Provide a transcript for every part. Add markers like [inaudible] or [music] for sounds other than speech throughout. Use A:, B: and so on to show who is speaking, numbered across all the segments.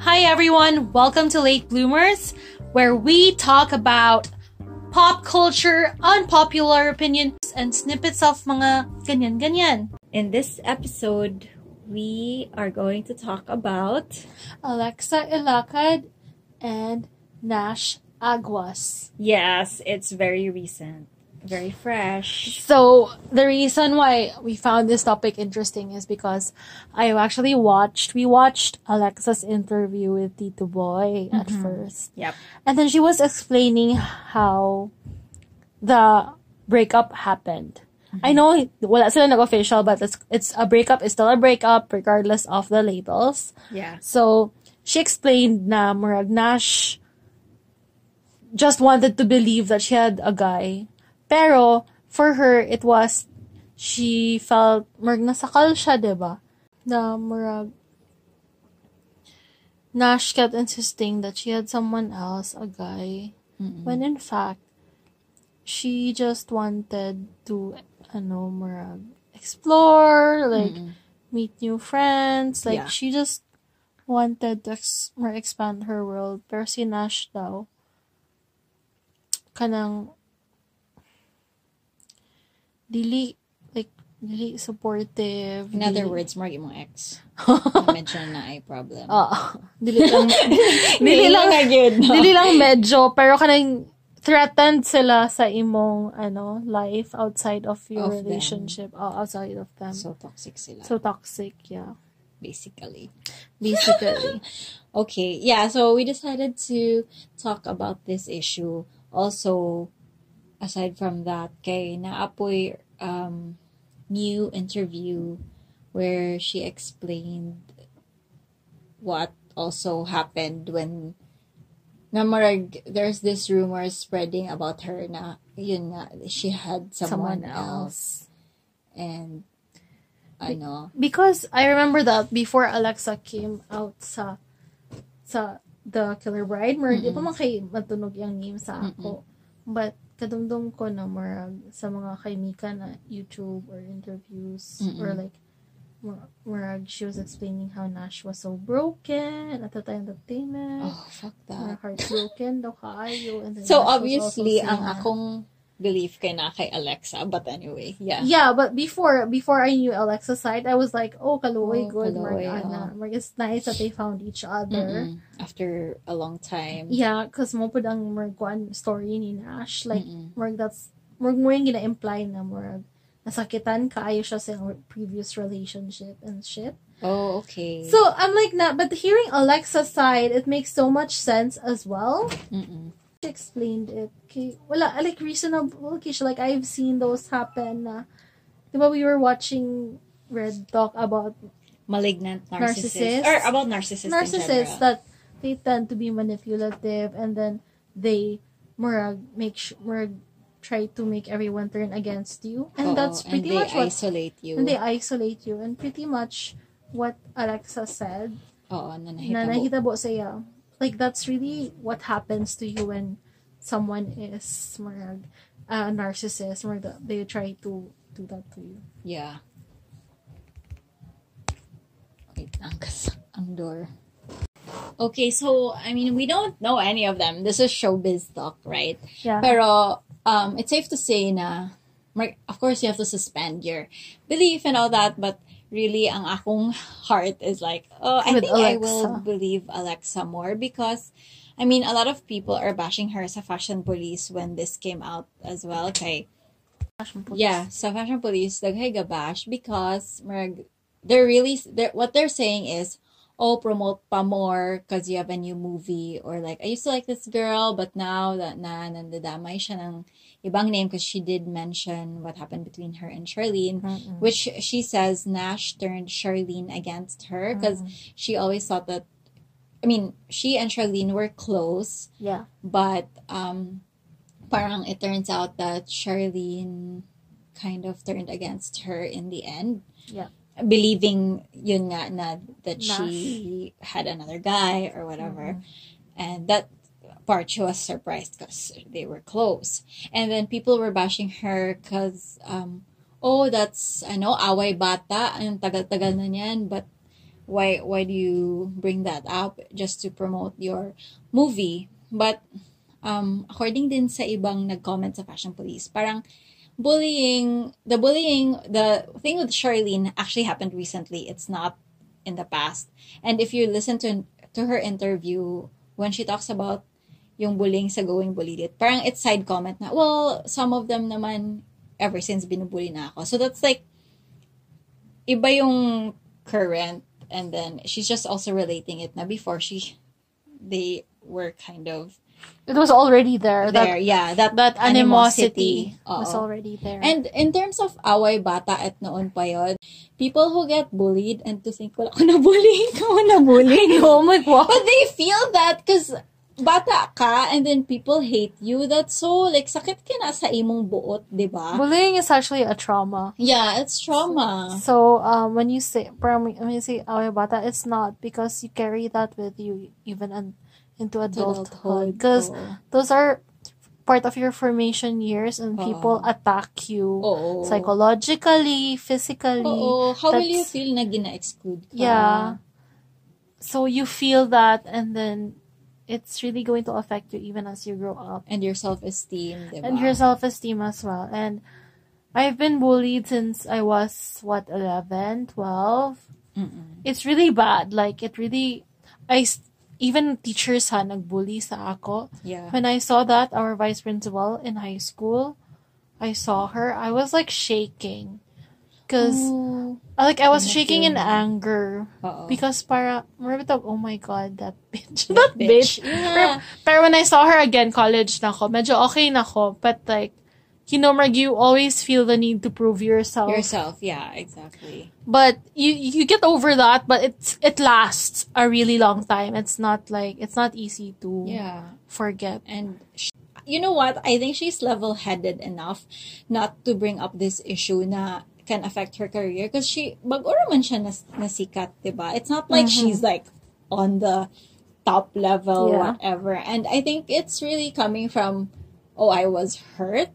A: Hi, everyone. Welcome to Late Bloomers, where we talk about pop culture, unpopular opinions, and snippets of mga ganyan-ganyan.
B: In this episode, we are going to talk about
A: Alexa Ilakad and Nash Aguas.
B: yes, it's very recent, very fresh.
A: So, the reason why we found this topic interesting is because I actually watched, we watched Alexa's interview with Tito Boy at first.
B: Yep.
A: And then she was explaining how the breakup happened. I know wala sila nag-official but it's, it's a breakup is still a breakup regardless of the labels.
B: Yeah.
A: So, she explained na Murag Nash just wanted to believe that she had a guy. Pero, for her, it was, she felt, Murag nasakal siya, diba? Na Murag, Nash kept insisting that she had someone else, a guy. When in fact, she just wanted to, ano, Murag, explore, like, meet new friends.
B: Yeah.
A: Like, she just wanted to ex- more expand her world. Pero si Nash daw, kanang, dili, like, dili supportive.
C: In
B: Mm-hmm.
C: other
A: dili-
C: words, more yung mga
B: [laughs]
C: ex. Medyo na ay problem.
B: Oh,
A: Ah, dili [laughs] lang, dili lang,
C: again.
A: dili lang medyo, pero kanang, threatened sila sa imong ano life outside of your
C: Of them.
A: relationship oh, outside of them so,
C: So toxic sila,
A: toxic yeah
C: basically.
A: [laughs] basically
C: Okay, yeah, so we decided to talk about this issue. Also, aside from that, kay naapoy um, new interview where she explained what also happened when na marag, there's this rumor spreading about her na yun nga, she had someone, else. and ano
A: Because I remember that before Alexa came out sa sa The Killer Bride, murag, di pa man kay matunog yung name sa ako. But kadumdum ko na murag sa mga kay Mika na YouTube or interviews or like mur- murag she was explaining how Nash was so broken at the time of payment.
C: oh fuck
A: Murag
C: that
A: heartbroken daw kaayo. and then
C: so
A: Nash was
C: obviously
A: also
C: ang
A: saying na-
C: akong belief kay na kay Alexa but anyway yeah
A: Yeah, but before before I knew Alexa's side, I was like, oh, Kaluoy,
C: Oh,
A: good, Mark,
C: Kaluoy,
A: Anna. Mark, it's nice that they found each other.
C: Mm-mm. after a long time
A: Yeah, because mo po ang Mark one story ni Nash. Like,
C: Mm-mm.
A: Mark, that's, Mark mo yung gina-imply na Mark, nasakitan kaayo siya sa iyang previous relationship and shit.
C: oh okay
A: So, I'm like, na, but hearing Alexa's side, it makes so much sense as well.
C: Mm-mm.
A: She explained it. Kay, wala, like, reasonable. Kay, siya, like, I've seen those happen na, di ba we were watching Red talk about
C: malignant
A: Narcissist.
C: narcissist, or about narcissist
A: narcissists
C: narcissist
A: that they tend to be manipulative and then they murag make sh- murag try to make everyone turn against you and that's pretty
C: and
A: much
C: they
A: what
C: isolate you
A: and they isolate you and pretty much what Alexa said
C: oo nanahita
A: na
C: mo.
A: nahitabo saya like that's really what happens to you when someone is murag a narcissist murag the- they try to do that to you
C: yeah wait lang kasi ang door okay so I mean we don't know any of them this is showbiz talk right
A: yeah
C: Pero um, it's safe to say na, mar- of course, you have to suspend your belief and all that, but really, ang akong heart is like, oh, I
A: With
C: think I will
A: Alexa.
C: believe Alexa more because, I mean, a lot of people are bashing her sa Fashion Police when this came out as well. Kay, yeah, sa Fashion Police, daghay gabash because marag, they're really, they're, what they're saying is, oh, promote pa more because you have a new movie or like, I used to like this girl, but now that na nandadamay siya ng ibang name because she did mention what happened between her and Charlene, which she says Nash turned Charlene against her because she always thought that, I mean, she and Charlene were close
A: yeah
C: but um parang it turns out that Charlene kind of turned against her in the end.
A: Yeah.
C: Believing yun nga na that she had another guy or whatever. And that part she was surprised because they were close. And then people were bashing her because um oh that's ano away bata ang tagal-tagal na niyan but why why do you bring that up just to promote your movie but um according din sa ibang nag-comment sa Fashion Police parang bullying the bullying the thing with Charlene actually happened recently it's not in the past and if you listen to to her interview when she talks about yung bullying sa going bullied it parang it's side comment na well some of them naman ever since binubully na ako so that's like iba yung current and then she's just also relating it na before she they were kind of
A: It was already there.
C: there yeah that
A: That, that animosity,
C: Oo.
A: was already there.
C: and in terms of away bata at noon pa yun people who get bullied and to think [laughs] wala ko na bully ko na [laughs] bully
A: oh my god.
C: but they feel that because bata ka and then people hate you that's so like sakit ka na sa imong buot di ba
A: Bullying is actually a trauma.
C: yeah it's trauma
A: So, um, when you say, parang when you say away bata, it's not because you carry that with you even un, into adulthood. Because
C: oo.
A: those are part of your formation years and people attack you
C: Oo.
A: psychologically, physically.
C: Oo. How will you
A: That's-
C: feel na gina-exclude ka?
A: Yeah. So you feel that and then it's really going to affect you even as you grow up.
C: And your self-esteem, diba?
A: And your self-esteem as well. And I've been bullied since I was what 11, 12.
C: Mm-mm.
A: It's really bad. Like it really I s- even teachers ha nagbully sa ako.
C: Yeah.
A: When I saw that our vice principal in high school, I saw her, I was like shaking.
C: Mm.
A: Cuz
C: Oo.
A: like I was
C: I
A: shaking in
C: feel that.
A: anger.
C: Oo.
A: Because para, marabitab, oh my god, that bitch. That bitch.
C: Bitch. Yeah.
A: Pero when I saw her again, college na ako, medyo okay na ako. But like, you know, Marg, you always feel the need to prove yourself.
C: [laughs] Yourself. Yeah, exactly.
A: But you you get over that, but it's it lasts a really long time. It's not like, it's not easy to
C: Yeah.
A: forget.
C: And sh- you know what? I think she's level-headed enough not to bring up this issue na can affect her career because she bago man siya nas- nasikat, 'di ba? It's not like she's like on the top level
A: Yeah.
C: whatever. And I think it's really coming from oh, I was hurt.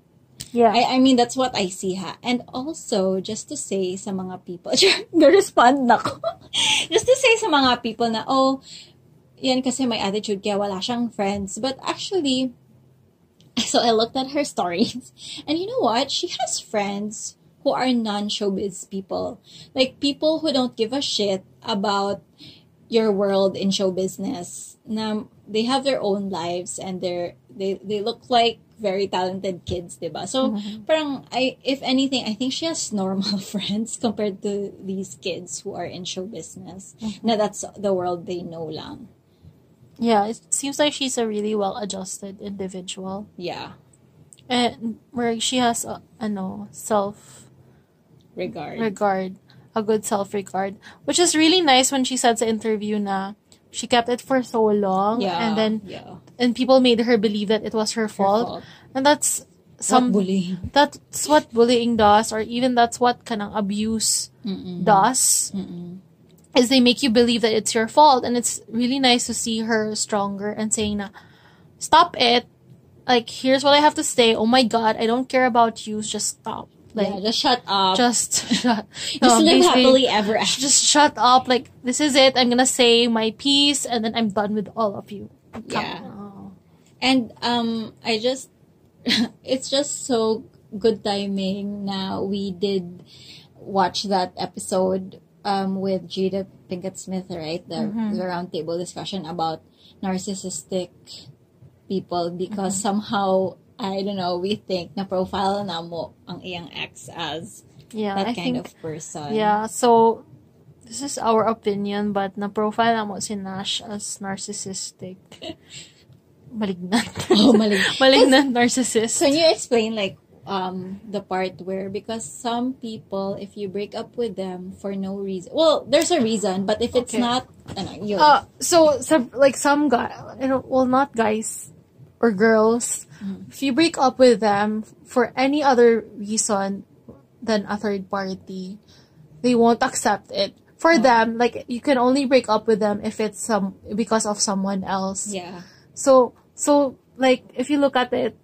A: Yeah.
C: I, I mean, that's what I see, ha. And also, just to say sa mga people, [laughs] na-respond na ko. [laughs] just to say sa mga people na, oh, yan kasi may attitude kaya wala siyang friends. But actually, so I looked at her stories. [laughs] And you know what? She has friends who are non-showbiz people. Like, people who don't give a shit about your world in show business. Na they have their own lives and they're they they look like very talented kids, 'di ba? So
A: Mm-hmm.
C: parang I if anything, I think she has normal [laughs] friends compared to these kids who are in show business.
A: Mm-hmm.
C: Na that's the world they know lang.
A: yeah, it seems like she's a really well-adjusted individual.
C: Yeah,
A: And Marg, she has, uh, ano, self-
C: regard.
A: regard, a good self regard, which is really nice when she said sa interview na she kept it for so long
C: yeah.
A: and then
C: yeah.
A: and people made her believe that it was her
C: Her
A: fault,
C: fault.
A: and that's some
C: Some bullying.
A: that's what bullying does or even that's what kanang abuse
C: Mm-mm.
A: does
C: Mm-mm.
A: is they make you believe that it's your fault and it's really nice to see her stronger and saying na stop it like here's what I have to say oh my god I don't care about you just stop
C: yeah,
A: like
C: just shut up.
A: just [laughs] shut
C: Just
A: No,
C: live
A: basically-
C: happily ever after.
A: just shut up. Like, this is it. I'm gonna say my piece and then I'm done with all of you.
C: Yeah. And um, I just, [laughs] it's just so good timing na we did watch that episode um, with Jada Pinkett Smith, right? The,
A: Mm-hmm.
C: the roundtable discussion about narcissistic people because
A: Mm-hmm.
C: somehow, I don't know, we think na profile na mo ang iyang ex as
A: Yeah,
C: that
A: I
C: kind
A: think.
C: of person.
A: Yeah, so this is our opinion, but na-profile na mo si Nash as
C: [laughs]
A: narcissistic. Malignant.
C: [laughs] Oh, maling.
A: [laughs] Malignant narcissist.
C: Can you explain like um the part where because some people if you break up with them for no reason well there's a reason but if it's
A: Okay.
C: not ano, yun.
A: Uh, so some like some guy, you know, well, not guys or girls.
C: Mm-hmm.
A: If you break up with them for any other reason than a third party, they won't accept it.
C: Oh.
A: For them, like you can only break up with them if it's some because of someone else.
C: yeah
A: So so like if you look at it,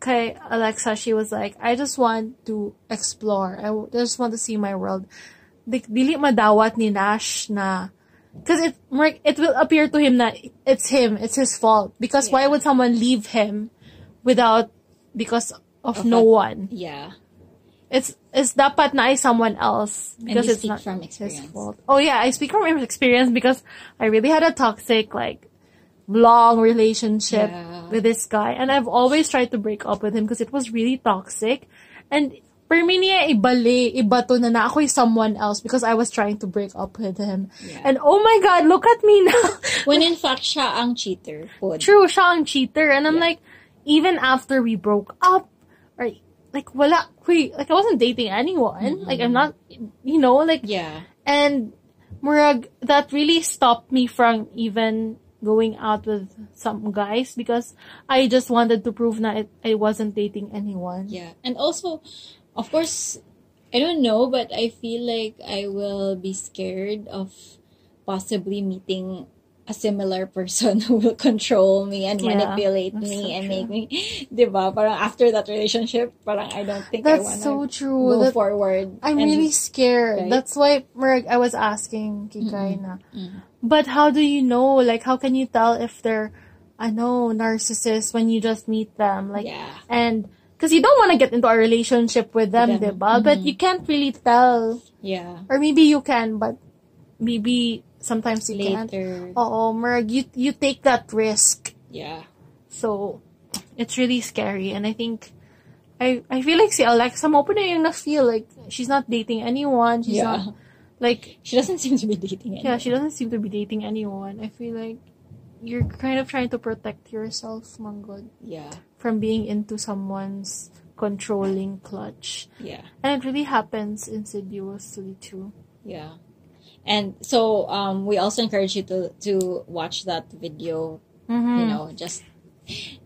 A: okay, Alexa, she was like, I just want to explore. I w- just want to see my world. Like, dili madawat ni Nash na Because it more- it will appear to him that it's him, it's his fault. Because why would someone leave him without because of
C: Of
A: no
C: a-
A: one?
C: Yeah.
A: It's it's dapat na ay someone else because
C: you
A: it's
C: speak
A: not
C: from
A: his
C: experience.
A: fault. Oh yeah, I speak from experience because I really had a toxic like long relationship
C: Yeah.
A: with this guy and I've always tried to break up with him because it was really toxic and for me niya ibali, ibato na na ako'y someone else because I was trying to break up with him.
C: Yeah.
A: And oh my god, look at me now.
C: When in fact, siya ang cheater. Pod.
A: True, siya ang cheater and I'm
C: Yeah.
A: like even after we broke up or like wala, we, like I wasn't dating anyone. Like I'm not you know, like
C: Yeah.
A: and murag that really stopped me from even going out with some guys because I just wanted to prove na it, I wasn't dating anyone.
C: Yeah. And also, of course, I don't know, but I feel like I will be scared of possibly meeting a similar [laughs] person who will control me and
A: Yeah,
C: manipulate
A: that's
C: me
A: so
C: and
A: true.
C: make me, [laughs] diba? Parang after that relationship, parang I don't think I
A: That's
C: wanna
A: so true.
C: go
A: That,
C: forward.
A: I'm
C: and-
A: really scared.
C: right? Mm-hmm.
A: That's why murag I was asking Kikay na. But how do you know? Like how can you tell if they're I know narcissists when you just meet them? Like
C: yeah.
A: and because you don't want to get into a relationship with them,
C: Them.
A: diba? But you can't really tell
C: Yeah.
A: Or maybe you can, but maybe sometimes you can't.
C: Later.
A: Oo, Merg, you, you take that risk.
C: Yeah.
A: So, it's really scary. And I think, I, I feel like si Alexa mo pa na yung na-feel. Like, she's not dating anyone. She's
C: yeah.
A: not, like,
C: [laughs] She doesn't seem to be dating anyone.
A: yeah, she doesn't seem to be dating anyone. I feel like you're kind of trying to protect yourself, Manggod,
C: Yeah.
A: from being into someone's controlling clutch.
C: Yeah.
A: And it really happens insidiously, too.
C: Yeah. And so um we also encourage you to to watch that video,
A: Mm-hmm.
C: you know, just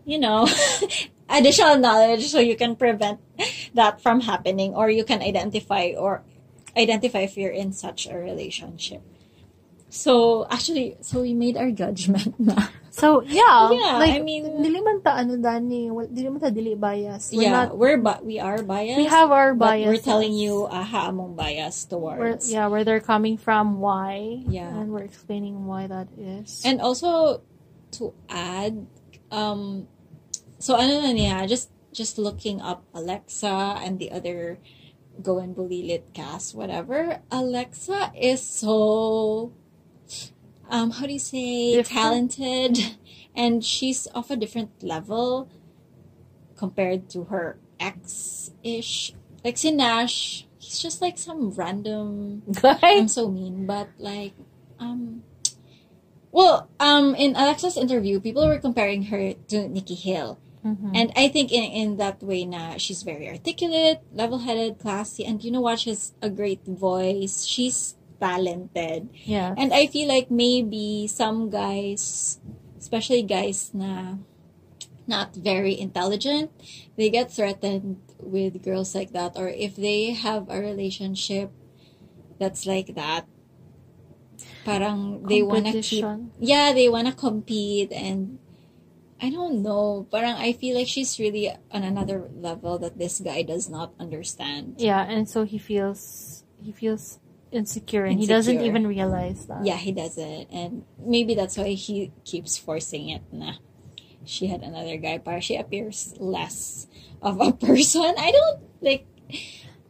C: you know, [laughs] additional knowledge so you can prevent that from happening or you can identify or identify if you're in such a relationship. So actually so we made our judgment [laughs] na.
A: So, yeah.
C: Yeah,
A: Oh, like,
C: I mean-
A: dili man ta, ano, Dani, wal- dili man ta, dili bias. We're
C: yeah,
A: not,
C: we're but we are biased.
A: we have our
C: but
A: bias.
C: we're telling you aha among bias towards
A: yeah, where they're coming from, why.
C: Yeah.
A: And we're explaining why that is.
C: And [laughs] also to add, um, so ano na niya, just just looking up Alexa and the other Go and Bully cast, whatever. Alexa is so, um, how do you say,
A: Different?
C: talented, [laughs] and she's of a different level compared to her ex ish. Like si Nash, he's just like some random I'm
A: [laughs] guys,
C: so mean, but like, um, well, um, in Alexa's interview, people were comparing her to Nikki Hill,
A: Mm. Mm-hmm.
C: and I think in in that way, na she's very articulate, level headed, classy, and you know what? She has a great voice. She's talented,
A: yeah.
C: and I feel like maybe some guys, especially guys na not very intelligent, they get threatened with girls like that, or if they have a relationship that's like that, parang they wanna keep,
A: Competition.
C: yeah, they wanna compete, and I don't know, parang I feel like she's really on another level that this guy does not understand.
A: Yeah, and so he feels, he feels insecure, and he doesn't
C: Insecure.
A: even realize that.
C: Yeah, he doesn't. And maybe that's why he keeps forcing it na she had another guy para she appears less of a [laughs] person. I don't like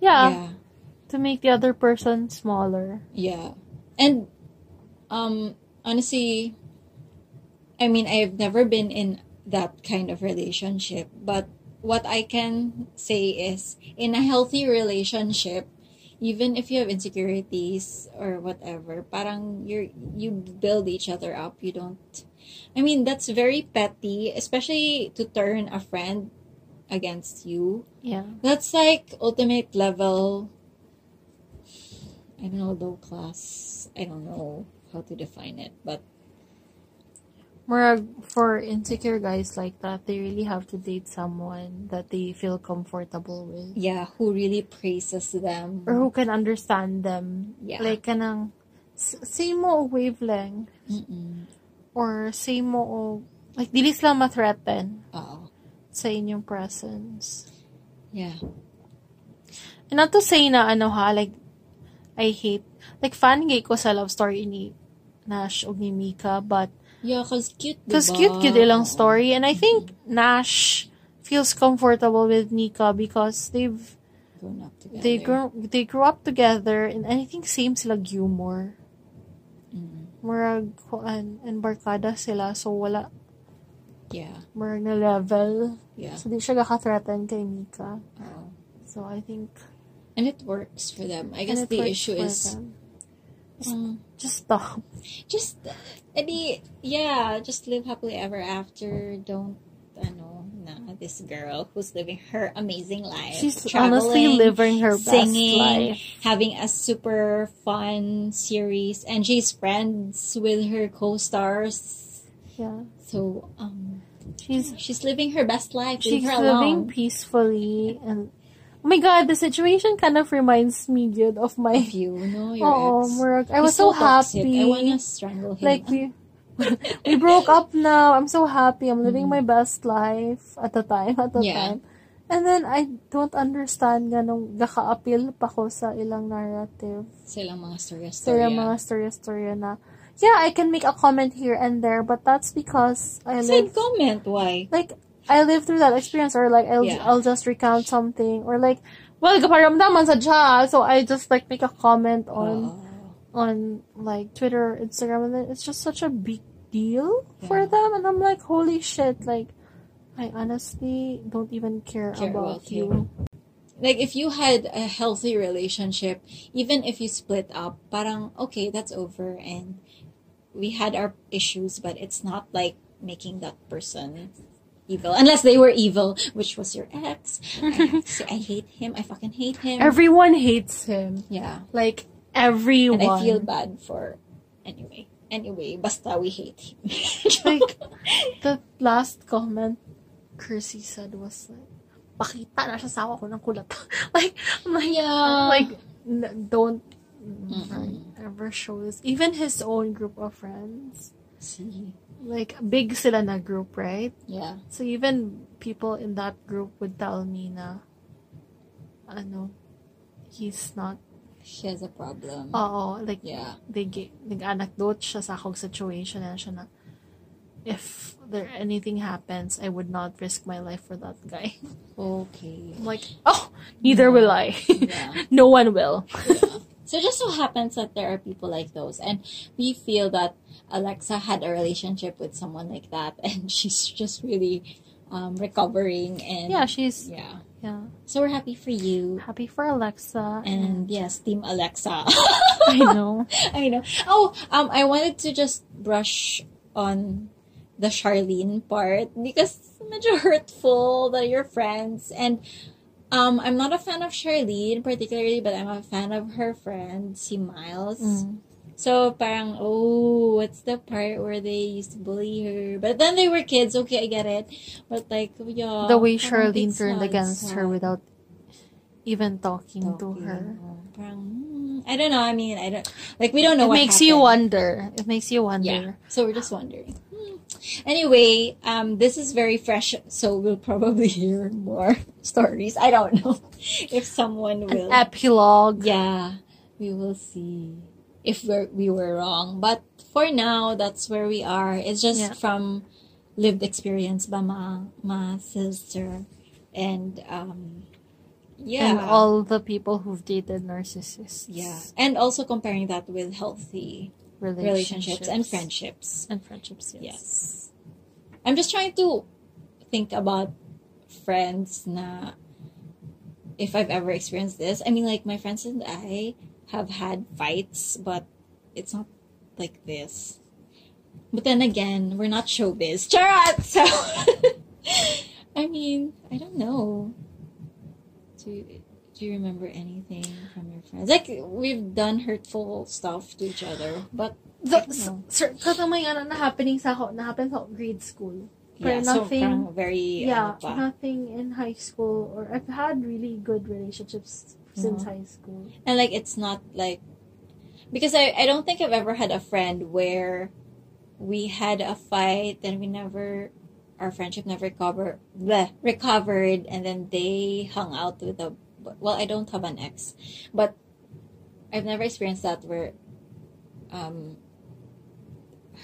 A: Yeah,
C: yeah.
A: to make the other person smaller.
C: Yeah. And um honestly I mean I've never been in that kind of relationship, but what I can say is in a healthy relationship, even if you have insecurities or whatever, parang you you build each other up. You don't I mean that's very petty, especially to turn a friend against you.
A: Yeah.
C: That's like ultimate level. I don't know, low class. I don't know how to define it, but
A: More for insecure guys like that, they really have to date someone that they feel comfortable with.
C: yeah, who really praises them?
A: or who can understand them.
C: Mm-hmm. Yeah.
A: Like, kanang, s- same mo o wavelength,
C: Mm-mm.
A: or same mo o, like, dili sila ma-threaten
C: Oo.
A: sa inyong presence.
C: Yeah.
A: And not to say na, ano ha, like, I hate, like, fan gay ko sa love story ni, Nash ug ni Mika but
C: Yeah, cause cute, diba?
A: Because cute cute ilang story. And I think Nash feels comfortable with Nika because they've
C: Grown up together.
A: they grew they grew up together and I think same sila humor.
C: Mm.
A: Murag kuan and barkada sila so wala
C: Yeah,
A: murag na level.
C: yeah.
A: So di siya gaka-threaten kay Nika.
C: Oo.
A: So I think
C: And it works for them. I guess
A: and it
C: the
A: works
C: issue
A: for
C: is
A: them.
C: um,
A: just stop.
C: just any yeah, just live happily ever after. Don't ano na this girl who's living her amazing life.
A: She's honestly living her best
C: singing,
A: life.
C: having a super fun series, and she's friends with her co-stars.
A: Yeah.
C: So um,
A: She's
C: she's living her best life. Leave
A: She's
C: her
A: living
C: alone.
A: peacefully and oh my god, the situation kind of reminds me good of my
C: If you know your
A: Oh,
C: ex.
A: Murag. I
C: He's
A: was so,
C: toxic.
A: happy.
C: I wanna strangle him.
A: Like we we broke
C: [laughs]
A: up now. I'm so happy. I'm living my best life at the time, at the
C: Mm. Yeah.
A: time. And then I don't understand ganong gaka-appeal pa ko sa ilang narrative.
C: silang mga storya
A: So yung mga storya-storya na Yeah, I can make a comment here and there, but that's because I live
C: Same comment, why?
A: like I lived through that experience or like I'll
C: Yeah.
A: I'll just recount something or like well kaparamdaman sa siya so I just like make a comment on
C: Uh-huh.
A: on like Twitter or Instagram and then it's just such a big deal for
C: Yeah.
A: them and I'm like holy shit like I honestly don't even care,
C: Care
A: about,
C: about
A: you.
C: like, if you had a healthy relationship, even if you split up, parang, okay, that's over, and we had our issues, but it's not like making that person evil. Unless they were evil, which was
A: [laughs]
C: your ex. I, see, I hate him. I fucking hate him.
A: Everyone hates him.
C: yeah.
A: Like
C: And
A: everyone.
C: I feel bad for, anyway. Anyway, basta we hate him.
A: [laughs] [laughs] like the last comment Chrissy said was like pakita na siya sa ako ng kulat. like I'm like
C: [laughs] yeah.
A: like n- don't
C: Uh, Mm-mm.
A: ever show this even his own group of friends
C: see.
A: like big sila na group right
C: Yeah.
A: so even people in that group would tell me na ano he's not
C: She has a problem.
A: oo like
C: Yeah.
A: they ga- nag-anecdote siya sa akong situation na siya na if there anything happens I would not risk my life for that guy [laughs]
C: Okay.
A: I'm like oh neither will I [laughs]
C: Yeah.
A: no one will
C: So it just so happens that there are people like those, and we feel that Alexa had a relationship with someone like that, [laughs] and she's just really um, recovering. And
A: yeah she's
C: yeah.
A: yeah
C: So we're happy for you,
A: happy for Alexa
C: and yes, Team Alexa. [laughs]
A: [laughs] I know
C: I know. Oh, um, I wanted to just brush on the Charlene part because it's medyo hurtful that you're friends and um, I'm not a fan of Charlene particularly, but I'm a fan of her friend, si Miles.
A: Mm.
C: So parang oh, what's the part where they used to bully her? But then they were kids. Okay, I get it. But like, yeah,
A: the way
C: Oh, parang
A: Charlene
C: it's
A: turned
C: not-
A: against
C: it's
A: her
C: not
A: without even talking, to
C: okay.
A: her
C: Parang, hmm, I don't know. I mean, I don't like we don't know.
A: it
C: what
A: makes you
C: happened.
A: wonder it makes you
C: Yeah.
A: wonder
C: So we're just wondering. Hmm. Anyway, um, this is very fresh, so we'll probably [laughs] hear more stories. I don't know [laughs] if someone will.
A: an epilogue
C: yeah, we will see if we're, we were wrong. But for now, that's where we are. It's just
A: Yeah.
C: from lived experience by my my sister, and um, yeah,
A: and all the people who've dated narcissists
C: yeah, and also comparing that with healthy relationships, and friendships.
A: and friendships yes,
C: Yes. I'm just trying to think about friends na if I've ever experienced this. I mean, like, my friends and I have had fights, but it's not like this. But then again, we're not showbiz. Charat! [laughs] So, I mean, I don't know. Do you, do you remember anything from your friends? Like, we've done hurtful stuff to each other, but
A: The,
C: I
A: s-
C: know.
A: sir, kasi may ano na happening sa ako, na happen sa ako grade school. Pero
C: yeah, so
A: nothing-
C: parang very uh,
A: Yeah,
C: ano pa.
A: nothing in high school or I've had really good relationships since
C: Mm-hmm.
A: high school.
C: and like it's not like because I, I don't think I've ever had a friend where we had a fight and we never our friendship never recover bleh, recovered and then they hung out with a well I don't have an ex but I've never experienced that where um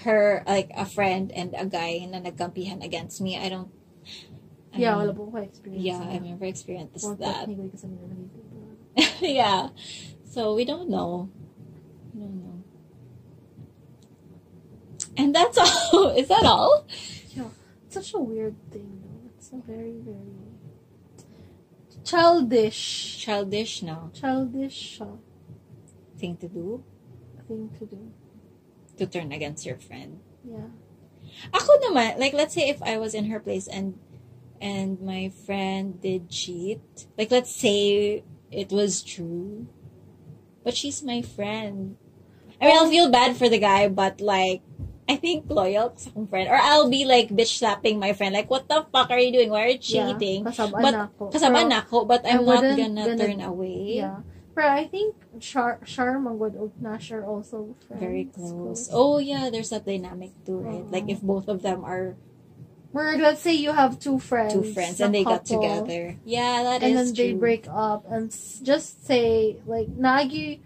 C: her, like, a friend and a guy na nagkampihan against me. I don't, I
A: yeah, wala
C: mean,
A: po ko experience.
C: yeah,
A: na.
C: I've never experienced
A: Well,
C: that.
A: technically, kasi may nalilito.
C: [laughs] yeah. So we don't know. We don't know. And that's [laughs] all. Is that all?
A: It's such a weird thing, though. It's a very, very... Childish.
C: Childish no
A: Childish siya.
C: thing to do
A: Thing to do.
C: to turn against your friend.
A: Yeah.
C: Ako naman, like let's say if I was in her place and and my friend did cheat, like let's say it was true, but she's my friend. I mean, I'll feel bad for the guy, but like, I think loyal sa akong friend. Or I'll be like bitch slapping my friend. Like, what the fuck are you doing? Why are you
A: Yeah.
C: cheating?
A: Kasabaan
C: But-
A: na ako.
C: Kasama
A: Pero-
C: na ako, but
A: I
C: I'm not
A: wouldn't
C: gonna,
A: gonna-
C: turn away.
A: Yeah. But I think Char Char Mangod Nash are also friends.
C: Very close. Oh yeah, there's that dynamic too, right?
A: Oo.
C: Like if both of them are
A: Where let's say you have two friends.
C: two friends
A: a
C: and they got
A: couple,
C: together. Yeah, that is
A: And then they
C: true.
A: break up and s- just say like nagi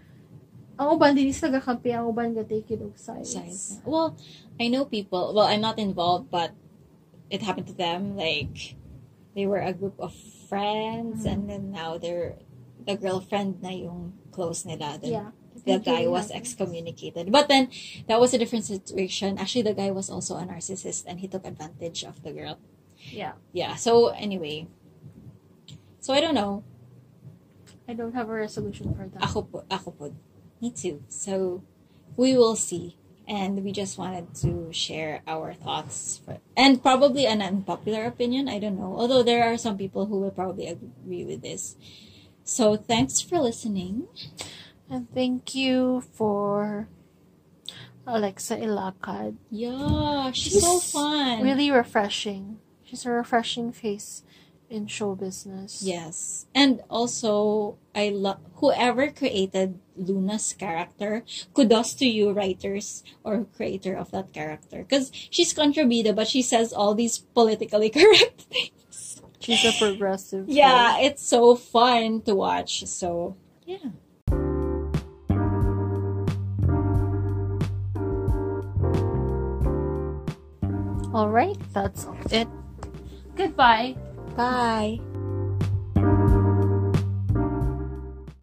A: ang uban dinis nagakampi ang uban ga take it og sides.
C: Size. Well, I know people. Well, I'm not involved, but it happened to them. Like they were a group of friends,
A: Mm-hmm.
C: and then now they're the girlfriend na yung close nila. The
A: Yeah.
C: the
A: Thank
C: guy
A: you,
C: was
A: yeah.
C: excommunicated. But then that was a different situation. Actually, the guy was also a narcissist and he took advantage of the girl.
A: Yeah.
C: Yeah. So anyway, so I don't know.
A: I don't have a resolution for that.
C: Ako po, ako po. Me too. So we will see. And we just wanted to share our thoughts for, and probably an unpopular opinion. I don't know. Although there are some people who will probably agree with this. So thanks for listening.
A: And thank you for Alexa Ilakad.
C: Yeah, she's so
A: She's
C: fun.
A: Really refreshing. She's a refreshing face in show business.
C: Yes. And also, I love whoever created Luna's character. Kudos to you, writers or creator of that character. Because she's contrabida, but she says all these politically [laughs] correct things.
A: She's a progressive.
C: Yeah, it's so fun to watch. So, yeah.
A: All right, that's it. Goodbye.
C: Bye.